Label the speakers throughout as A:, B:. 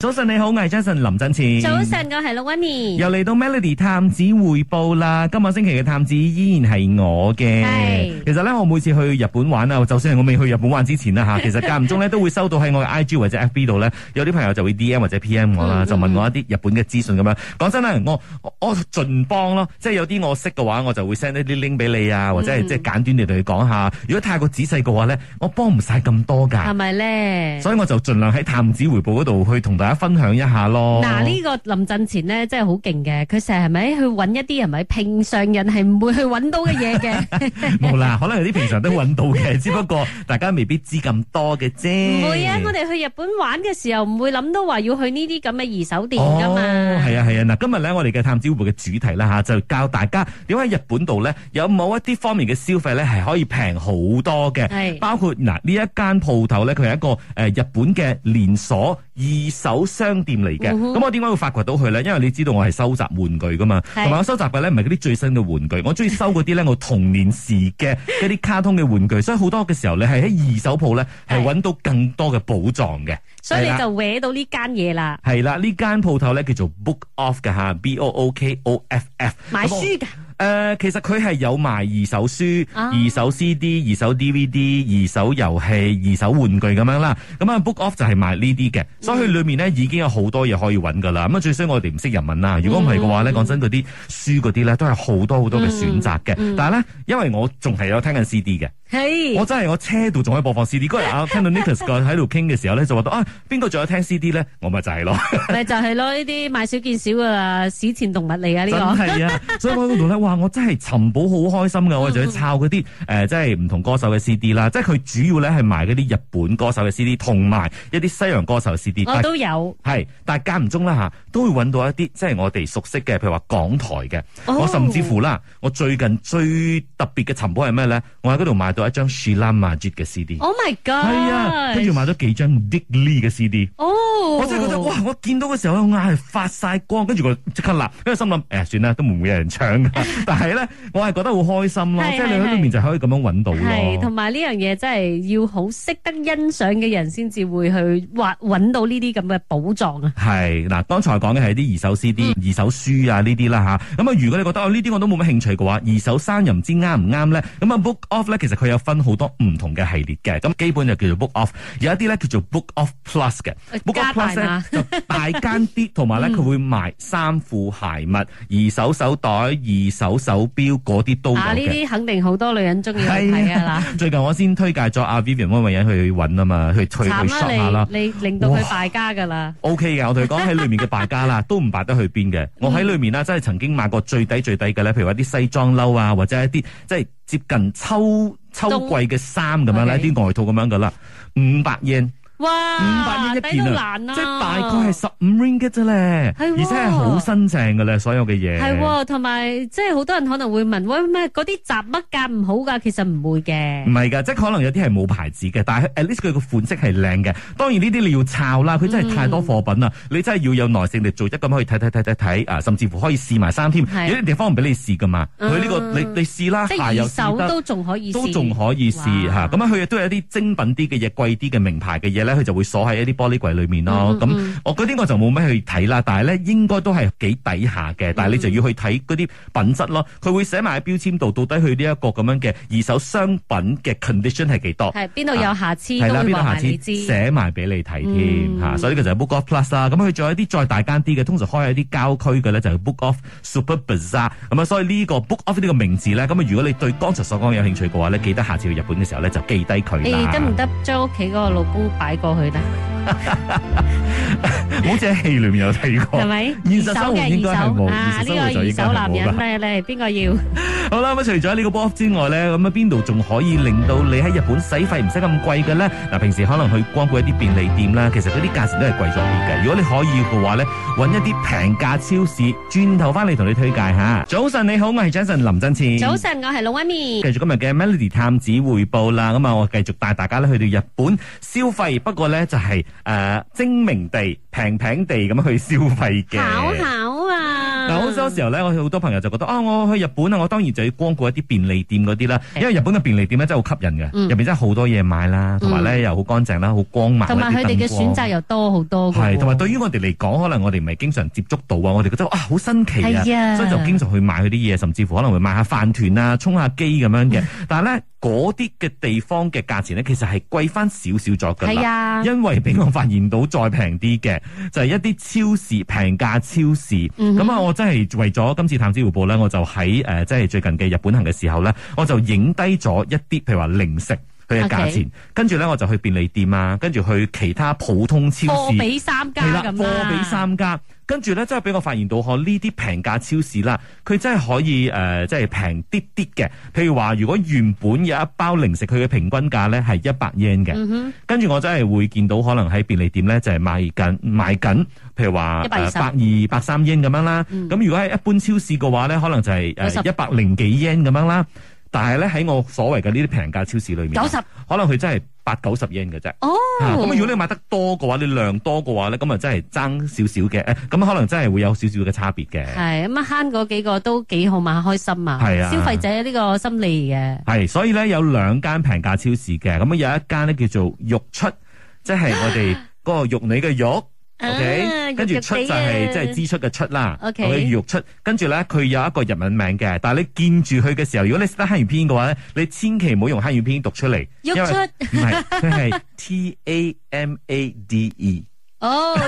A: 早晨你好，我係 Jason 林振前。
B: 早晨，我係陸温年。
A: 又嚟到 Melody 探子匯報啦！今個星期嘅探子依然係我嘅。
B: 係
A: 其實咧，我每次去日本玩啊，就算係我未去日本玩之前啦 吓，其實間唔中咧都會收到喺我嘅 IG 或者 FB 度咧，有啲朋友就會 DM 或者 PM 我啦，
B: 嗯
A: 就問我一啲日本嘅資訊咁樣。講真啦，我我我盡幫咯，即係有啲我識嘅話，我就會 send 一啲 link 俾你啊，或者係
B: 嗯
A: 即係簡短地同你講下。如果太過仔細嘅話咧，我幫唔晒咁多㗎
B: 係。咪咧？
A: 所以我就盡量喺探子回報嗰度去同大家分享一下咯。
B: 嗱，呢個林振前咧真係好勁嘅，佢成日係咪去揾一啲係咪平常人係唔會去揾到嘅嘢 嘅，
A: 冇啦，可能有啲平常都揾到嘅，只不過大家未必知咁多嘅啫。
B: 唔會啊！我哋去日本玩嘅時候唔會諗到話要去呢啲咁嘅二手店噶
A: 哦，
B: 嘛。
A: 係啊係啊，嗱，今日咧我哋嘅探子會嘅主題啦吓，就教大家點解日本度咧有某一啲方面嘅消費咧係可以平好多嘅，
B: 係
A: 包括嗱呢一間鋪頭咧，佢係一個誒、呃日本嘅連鎖二手商店嚟嘅。咁、
B: 嗯哼
A: 我點解會發掘到佢咧？因為你知道我係收集玩具噶嘛，
B: 係
A: 同埋我收集嘅咧唔係嗰啲最新嘅玩具，我中意收嗰啲咧我童年時嘅一啲卡通嘅玩具，所以好多嘅時候你係喺二手鋪咧係
B: 係
A: 揾到更多嘅寶藏嘅。
B: 所以
A: 係
B: 你
A: 啦
B: 就搲到呢間嘢啦，
A: 係啦，呢間鋪頭咧叫做 Book Off 嘅吓，B O O K O F F。
B: 買
A: 咁我
B: 書㗎。
A: 誒、其實佢係有賣二手書、
B: 啊
A: 二手 CD、二手 DVD、二手遊戲、二手玩具咁樣啦。咁啊，Book Off 就係賣呢啲嘅，所以佢裏面咧已經有好多嘢可以揾噶啦。咁啊，最衰我哋唔識日文啦。如果唔係嘅話咧，
B: 嗯
A: 講真嗰啲書嗰啲咧都係好多好多嘅選擇嘅。
B: 嗯嗯
A: 但係咧，因為我仲係有聽緊 CD 嘅，
B: 係
A: 我真係我車度仲可以播放 CD。嗰日啊，聽到 Nicholas 個喺度傾嘅時候咧，就話到啊，邊個仲有聽 CD 咧？我咪就係咯。
B: 咪就係咯？呢啲買少見少噶啦，史前動物嚟啊！呢
A: 真
B: 個
A: 係啊！所以我喺嗰度咧，哇！我真係尋寶好開心噶，我就去抄嗰啲誒，即係唔同歌手嘅 CD 啦。即係佢主要咧係賣嗰啲日本歌手嘅 CD，同埋一啲西洋歌手嘅 CD 但
B: 我
A: 係。
B: 都有。
A: 係，但係間唔中啦嚇，都會揾到一啲即係我哋熟悉嘅，譬如話港台嘅。
B: 哦
A: 我甚至乎啦，我最近最特別嘅尋寶係咩咧？我喺嗰度買到一張 Sheila Majid 嘅 CD。
B: Oh my god！
A: 係啊，跟住買咗幾張 Dick Lee 嘅 CD。
B: 哦，
A: 我真係覺得哇！我見到嘅時候，我眼係發晒光，跟住我即刻立，因為心諗誒、哎算啦，都唔會有人搶 㗎。但係咧，我係覺得好開心咯，
B: 係
A: 即係你
B: 係
A: 喺裏面就可以咁樣揾到
B: 係，同
A: 咯。
B: 埋呢樣嘢真係要好識得欣賞嘅人先至會去挖揾到呢啲咁嘅寶藏啊！
A: 係嗱，剛才講嘅係啲二手 CD、二
B: 嗯
A: 手書啊呢啲啦吓，咁啊，如果你覺得哦呢啲我都冇乜興趣嘅話，二手衫又唔知啱唔啱咧。咁啊，Book Off 咧，其實佢有分好多唔同嘅系列嘅。咁基本就叫做 Book Off，有一啲咧叫做 Book Off Plus 嘅。Book
B: 呃加
A: Off
B: 大嗯
A: Plus 咧
B: 碼
A: 就大間 啲，同埋咧佢會賣衫褲鞋襪、二手手袋、二手手錶嗰啲都有
B: 啊！呢
A: 嘅。
B: 啲肯定好多女人中意去睇啊啦，
A: 最近我先推介咗阿 Vivian 温慧欣去揾啊嘛，去去去 shop
B: 慘
A: 下啦
B: 啦。你你令到佢
A: 哇
B: 敗家噶啦，
A: O K 嘅，我同你講喺裏面嘅敗家啦，都唔敗得去邊
B: 嗯
A: 嘅。我喺裏面啦，真係曾經買過最低最低嘅咧，譬如話啲西裝褸啊，或者一啲即係接近秋秋季嘅衫咁樣啦，
B: OK
A: 一啲外套咁樣噶啦，五百 yen。
B: 哇！
A: 500蚊一
B: 抵到
A: 件
B: 難啊！
A: 即係大概係十五 ringgit 啫咧，
B: 係
A: 而
B: 喎
A: 且係好新淨嘅咧，所有嘅嘢
B: 係喎，同埋即係好多人可能會問，喂咩嗰啲雜乜價唔好㗎？其實唔會嘅
A: 唔。係㗎，即係可能有啲係冇牌子嘅，但係 at least 佢個款式係靚嘅。當然呢啲你要抄啦，佢真係太多貨品啦，
B: 嗯
A: 你真係要有耐性嚟做，一咁可以睇睇睇睇睇啊，甚至乎可以試埋衫添。
B: 係
A: 有啲地方唔俾你試㗎嘛，佢
B: 嗯
A: 呢、個你你試啦，
B: 即
A: 鞋
B: 係
A: 又
B: 二手
A: 試得
B: 都仲可以
A: 都
B: 試，
A: 仲可以試
B: 哇
A: 嚇，咁啊佢亦都有一啲精品啲嘅嘢、貴啲嘅名牌嘅嘢咧，佢就會鎖喺一啲玻璃櫃裏面咯。
B: 嗯
A: 咁、
B: 嗯
A: 我嗰啲我就冇咩去睇啦，但係咧應該都係幾抵下嘅。但係你就要去睇嗰啲品質咯，佢會寫埋喺標籤度，到底佢呢一個咁樣嘅二手商品嘅 condition 係幾多？
B: 係邊度有瑕疵
A: 啊係
B: 都
A: 啦，
B: 會
A: 邊度
B: 話
A: 瑕
B: 埋你
A: 疵
B: 知。
A: 寫埋俾你睇添
B: 嗯
A: 嚇，所以呢個就係 Book Off Plus 啦。咁佢仲有一啲再大間啲嘅，通常開喺啲郊區嘅咧，就係 Book Off Super Bazaar。咁啊，所以呢個 Book Off 呢個名字咧，咁啊，如果你對剛才所講有興趣嘅話咧，記得下次去日本嘅時候咧，就記低佢
B: 誒
A: 啦。
B: 得唔？得將屋企嗰個老公擺過去咧？
A: 好似喺戲裏面有睇過
B: 係。咪？
A: 現實生活應該係冇
B: 啊，
A: 現實
B: 呢個
A: 生活就
B: 二
A: 應該係
B: 手男
A: 冇㗎
B: 人咧，你係邊個要？
A: 好啦，咁除咗呢個 Book Off 之外咧，咁啊邊度仲可以令到你喺日本使費唔使咁啊貴嘅咧？嗱，平時可能去光顧一啲便利店啦，其實嗰啲價錢都係貴咗啲嘅。如果你可以嘅話咧，揾一啲平價超市，轉頭翻嚟同你推介下。早晨你好，我係 Jason 林振前。
B: 早晨，我係老媽咪。
A: 繼續今日嘅 Melody 探子匯報啦，咁啊，我繼續帶大家咧去到日本消費，不過咧就呃係、誒、精明地、平平地咁樣去消費嘅。
B: 考考啊！
A: 嗱，好多時候咧，我好多朋友就覺得啊，我去日本啊，我當然就要光顧一啲便利店嗰啲啦，
B: 係
A: 因為日本嘅便利店咧真係好吸引嘅，
B: 嗯
A: 入邊真係好多嘢買啦，同埋咧又好乾淨啦，好光猛啦，
B: 同埋佢哋嘅選擇
A: 又
B: 又多好多㗎喎。
A: 係，同埋對於我哋嚟講，可能我哋唔係經常接觸到啊，我哋覺得啊好新奇啊，
B: 係啊
A: 所以就經常去買佢啲嘢，甚至乎可能會買下飯團啊、沖下機咁樣嘅。但係咧嗰啲嘅地方嘅價錢咧，其實係貴翻少少咗㗎啦
B: 係。啊，
A: 因為俾我發現到再平啲嘅，就係、一啲超市平價超市。
B: 嗯哼
A: 咁啊、我真係為咗今次探資料報咧，我就喺誒、呃即係最近嘅日本行嘅時候咧，我就影低咗一啲譬如話零食。佢嘅價
B: OK
A: 錢，跟住咧我就去便利店啊，跟住去其他普通超
B: 貨
A: 市，
B: 比三家
A: 係啦，
B: 咁啊
A: 貨
B: 啦。
A: 比三家。跟住咧，真係俾我發現到，哦可呢啲平價超市啦，佢真係可以誒、呃即係平啲啲嘅。譬如話，如果原本有一包零食，佢嘅平均價咧係一百 yen 嘅，
B: 嗯哼，
A: 跟住我真係會見到可能喺便利店咧就係賣緊賣緊，譬如話呃
B: 120
A: 百二百三 yen 咁樣啦。咁、
B: 嗯
A: 如果喺一般超市嘅話咧，可能就係誒
B: 90
A: 一百零幾 yen 咁樣啦。但係咧喺我所謂嘅呢啲平價超市裏面，啊
B: 九十
A: 可能佢真係八九十 yen 嘅啫。
B: 哦。
A: 啊咁、如果你買得多嘅話，你量多嘅話咧，咁啊真係爭少少嘅，誒咁啊可能真係會有少少嘅差別嘅。
B: 係咁啊，慳嗰幾個都幾好嘛，開心啊！
A: 係啊
B: 消費者呢個心理嘅，
A: 係，所以咧有兩間平價超市嘅，咁啊有一間咧叫做肉出，即係我哋嗰個肉你嘅肉。
B: 啊
A: OK，跟住
B: 肉肉
A: 出
B: 地
A: 就
B: 啊
A: 係即係支出嘅出啦。
B: OK
A: 肉出，跟住咧佢有一個日文名嘅，但係你見住佢嘅時候，如果你識得漢語拼音嘅話咧，你千祈唔好用漢語拼音讀出嚟，
B: 喐
A: 因為
B: 出
A: 唔係佢係 T A M A D E。
B: 哦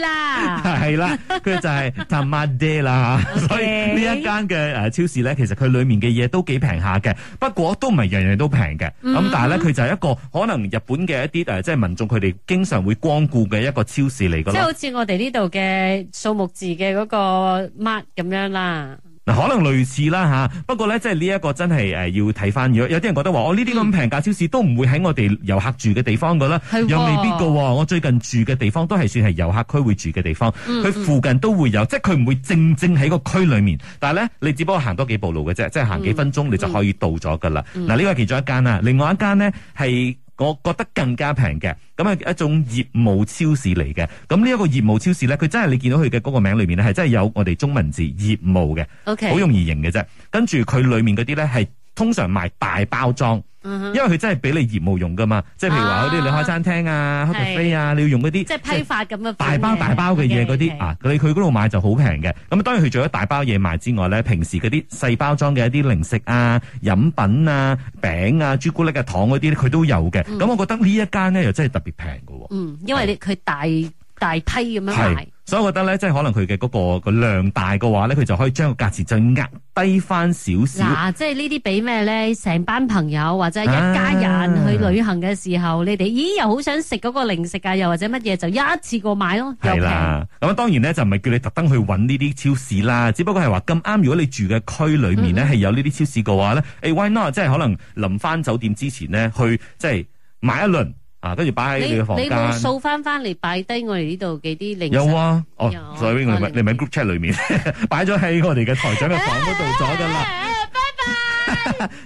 B: 啦，
A: 係啦，佢就 係 Tamade 啦，所以呢一間嘅誒呃超市咧，其實佢裡面嘅嘢都幾平下嘅，不過都唔係樣樣都平嘅。咁、
B: 嗯
A: 但係咧，佢就係一個可能日本嘅一啲誒，即係民眾佢哋經常會光顧嘅一個超市嚟
B: 即
A: 㗎
B: 係
A: 咯。
B: 好似我哋呢度嘅數目字嘅嗰個 mark 咁樣啦。
A: 嗱，可能類似啦吓，不過咧，即係呢一個真係誒要睇翻。如果有啲人覺得話，我哦呢啲咁平價超市都唔會喺我哋遊客住嘅地方㗎啦，
B: 係喎
A: 又未必㗎喎。我最近住嘅地方都係算係遊客區會住嘅地方。
B: 嗯
A: 佢附近都會有，即係佢唔會正正喺個區裏面，但係咧你只不過行多幾步路嘅啫，即係行幾分鐘你就可以到咗噶啦。嗱、
B: 嗯
A: 呢個係其中一間啊啦，另外一間呢係。我覺得更加平嘅，咁啊係一種業務超市嚟嘅。咁呢一個業務超市咧，佢真係你見到佢嘅嗰個名裏面咧，係真係有我哋中文字業務嘅，
B: OK，
A: 好容易認嘅啫。跟住佢裏面嗰啲咧係通常賣大包裝。
B: 嗯哼
A: 因為佢真係俾你業務用噶嘛，即係譬如話嗰啲你開餐廳啊、開
B: 係
A: cafe 啊，你要用嗰啲
B: 即係批發咁嘅款
A: 大
B: 嘅
A: 包大包嘅嘢嗰啲
B: OK，OK
A: 啊，你去嗰度買就好平嘅。咁啊當然佢除咗大包嘢賣之外咧，平時嗰啲細包裝嘅一啲零食啊、飲品啊、餅啊、朱古力啊、糖嗰啲咧佢都有嘅。咁、我覺得呢一間咧又真係特別平嘅喎。
B: 嗯，因為你佢大大批咁樣
A: 係
B: 賣，，
A: 所以我覺得咧，即係可能佢嘅嗰個個量大嘅話咧，佢就可以將個價錢就壓低翻少少。
B: 嗱，即係呢啲俾咩咧？成班朋友或者一家人去旅行嘅時候，你哋咦又好想食嗰個零食啊，又或者乜嘢，就一次過買咯，又
A: 係
B: 平。
A: 啦，咁啊當然咧就唔係叫你特登去揾呢啲超市啦，只不過係話咁啱，如果你住嘅區裏面
B: 嗯
A: 咧係有呢啲超市嘅話咧，誒、why not？即係可能臨翻酒店之前咧，去即係買一輪啊，跟住擺喺
B: 你
A: 你嘅房
B: 你冇
A: 間。
B: 數翻翻嚟擺低我哋呢度嘅啲零食。
A: 有啊，哦
B: 有，
A: 所以我哋咪
B: 我哋
A: 你咪 group chat 裏面 擺咗喺我哋嘅台長嘅房嗰度咗㗎啦。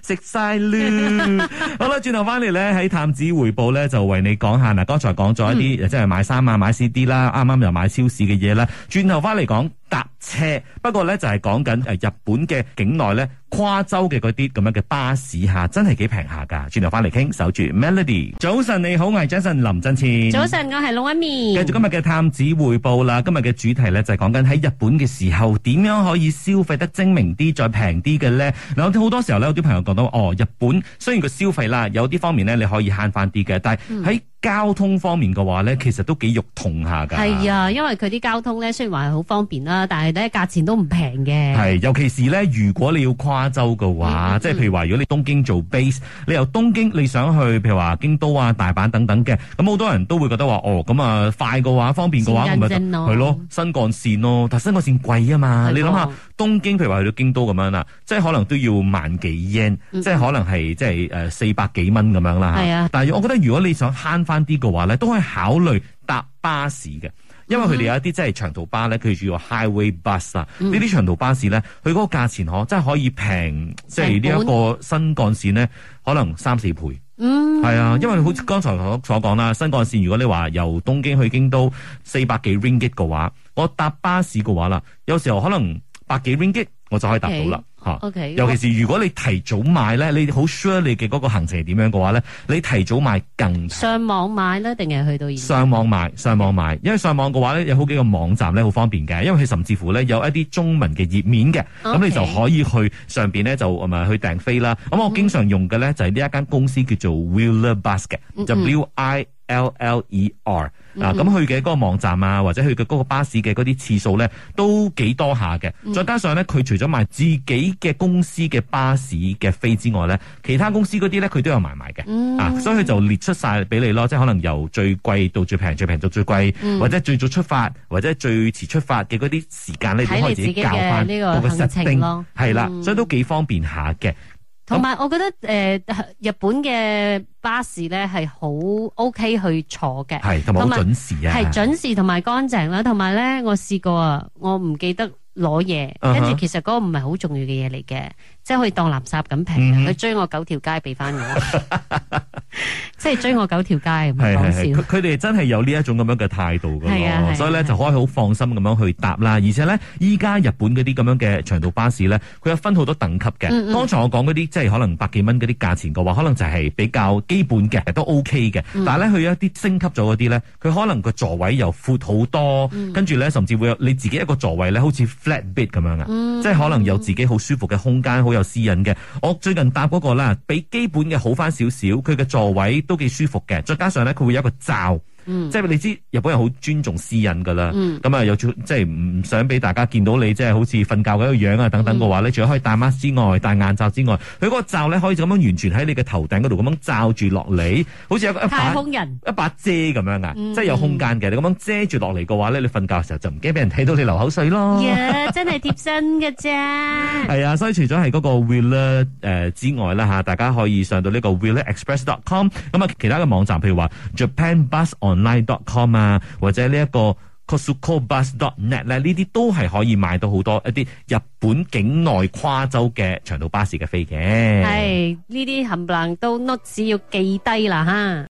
A: 食晒啦！ 好啦，轉頭翻嚟咧，喺探子回報咧，就為你講下嗱，剛才講咗一
B: 嗯
A: 啲、即係買衫啊、買 CD 啦，啱啱又買超市嘅嘢啦。轉頭翻嚟講搭車，不過咧就係講緊誒日本嘅境內咧跨州嘅嗰啲咁樣嘅巴士嚇，真係幾平下㗎。轉頭翻嚟傾，守住 Melody。早晨你好，我係 Jason 林振前。
B: 早晨，我係老一
A: 繼
B: 面
A: 續。今日嘅探子匯報啦，今日嘅主題咧就係講緊喺日本嘅時候點樣可以消費得精明啲、再平啲嘅咧。嗱，我好多時候咧，有啲朋友講到哦，日本雖然個消費啦，有啲方面咧你可以慳翻啲嘅，但係喺交通方面嘅話咧，其實都幾肉痛下㗎。
B: 係啊，因為佢啲交通咧，雖然話係好方便啦，但係咧價錢都唔平嘅。
A: 係，尤其是咧，如果你要跨州嘅話，
B: 嗯嗯
A: 即係譬如話，如果你東京做 base，你由東京你想去譬如話京都啊、大阪等等嘅，咁好多人都會覺得話，哦，咁啊快嘅話、方便嘅話，
B: 先
A: 咁咪
B: 人啫
A: 係咯，新幹線咯，但新幹線貴啊嘛，
B: 係喎
A: 你諗下東京譬如話去到京都咁樣啦，即係可能都要萬幾 yen，
B: 嗯
A: 即係可能係即係誒四百幾蚊咁樣啦。
B: 係啊
A: 但係我覺得如果你想慳翻啲嘅話咧，都可以考慮搭巴士嘅。因為佢哋有一啲真係長途巴咧，佢叫做 highway bus 啊，
B: 嗯
A: 呢啲長途巴士咧，佢嗰個價錢可真係可以平，即係呢一個新幹線咧，可能三四倍。
B: 嗯，
A: 係啊，因為好似剛才所所講啦，新幹線如果你話由東京去京都四百幾 ringgit 嘅話，我搭巴士嘅話啦，有時候可能百幾 ringgit 我就可以搭到啦吓。
B: OK，
A: 尤其是如果你提早買咧，你好 sure 你嘅嗰個行程係點樣嘅話咧，你提早買更平
B: 上網買啦，定係去到現場？
A: 上網買，上網買，因為上網嘅話咧，有好幾個網站咧好方便嘅，因為佢甚至乎咧有一啲中文嘅頁面嘅，咁
B: OK
A: 你就可以去上邊咧就呃咪去訂飛啦。咁
B: 嗯
A: 我經常用嘅咧就係呢一間公司叫做 Wheeler Bus 嘅
B: 嗯
A: ，W I L L E R 啊，咁佢嘅嗰個網站啊，或者佢嘅嗰個巴士嘅嗰啲次數咧都幾多下嘅。
B: 嗯
A: 再加上咧，佢除咗賣自己嘅公司嘅巴士嘅飛之外咧，其他公司嗰啲咧佢都有埋埋嘅。
B: 嗯
A: 啊，所以佢就列出晒俾你咯，即係可能由最貴到最平，最平到最貴，
B: 嗯
A: 或者最早出發，或者最遲出發嘅嗰啲時間咧，你都可以自己教翻
B: 睇你自己嘅呢個行程咯
A: 係啦，
B: 嗯
A: 所以都幾方便下嘅。
B: 同埋，我覺得誒、呃日本嘅巴士咧係好 OK 去坐嘅，
A: 係啊同埋好
B: 同埋
A: 準時啊，
B: 係準時同埋乾淨啦。同埋咧，我試過啊，我唔記得攞嘢，
A: 嗯哼
B: 跟住其實嗰個唔係好重要嘅嘢嚟嘅，即係可以當垃圾咁
A: 嗯
B: 平。
A: 哼
B: 佢追我九條街俾 翻我，即係追我九條街咁
A: 係
B: 講
A: 係係，
B: 笑
A: 佢。佢哋真係有呢一種咁樣嘅態度噶
B: 係啊係
A: 咯，
B: 啊
A: 所以咧
B: 係啊
A: 就可以好放心咁樣去搭啦。而且咧，依家日本嗰啲咁樣嘅長途巴士咧，佢有分好多等級嘅。
B: 嗯嗯
A: 剛才我講嗰啲即係可能百幾蚊嗰啲價錢嘅話，可能就係比較基本嘅，都 OK 嘅。
B: 嗯
A: 但係咧，佢有一啲升級咗嗰啲咧，佢可能個座位又闊好多，
B: 嗯
A: 跟住咧甚至會有你自己一個座位咧，好似 flat bed 咁樣啊，
B: 嗯
A: 即係可能有自己好舒服嘅空間，好有私隱嘅。我最近搭嗰個啦，比基本嘅好翻少少，佢嘅座位都幾舒服嘅，再加上咧佢會有一個罩。
B: 嗯
A: 即係你知日本人好尊重私隱㗎啦，咁啊、又即係唔想俾大家見到你即係好似瞓覺嗰個樣啊等等嘅話咧，
B: 嗯
A: 除咗可以戴 mask 之外，戴眼罩之外，佢嗰個罩咧可以咁樣完全喺你嘅頭頂嗰度咁樣罩住落嚟，好似有一個一
B: 太
A: 把
B: 空人
A: 一把遮咁樣啊，
B: 嗯
A: 即係有空間嘅。你咁樣遮住落嚟嘅話咧，你瞓覺嘅時候就唔驚俾人睇到你流口水咯。
B: 呀真係貼身嘅啫。
A: 哦 係啊，所以除咗係嗰個 Wheeler 誒、之外啦嚇，大家可以上到呢個 WheelerExpress.com，咁啊其他嘅網站譬如話 JapanBusOnline.com 啊，或者呢、一個 KosukoBus.net 咧，呢啲都係可以買到好多一啲日本境內跨州嘅長途巴士嘅飛嘅。
B: 係呢啲冚唪唥都 note 要記低啦吓。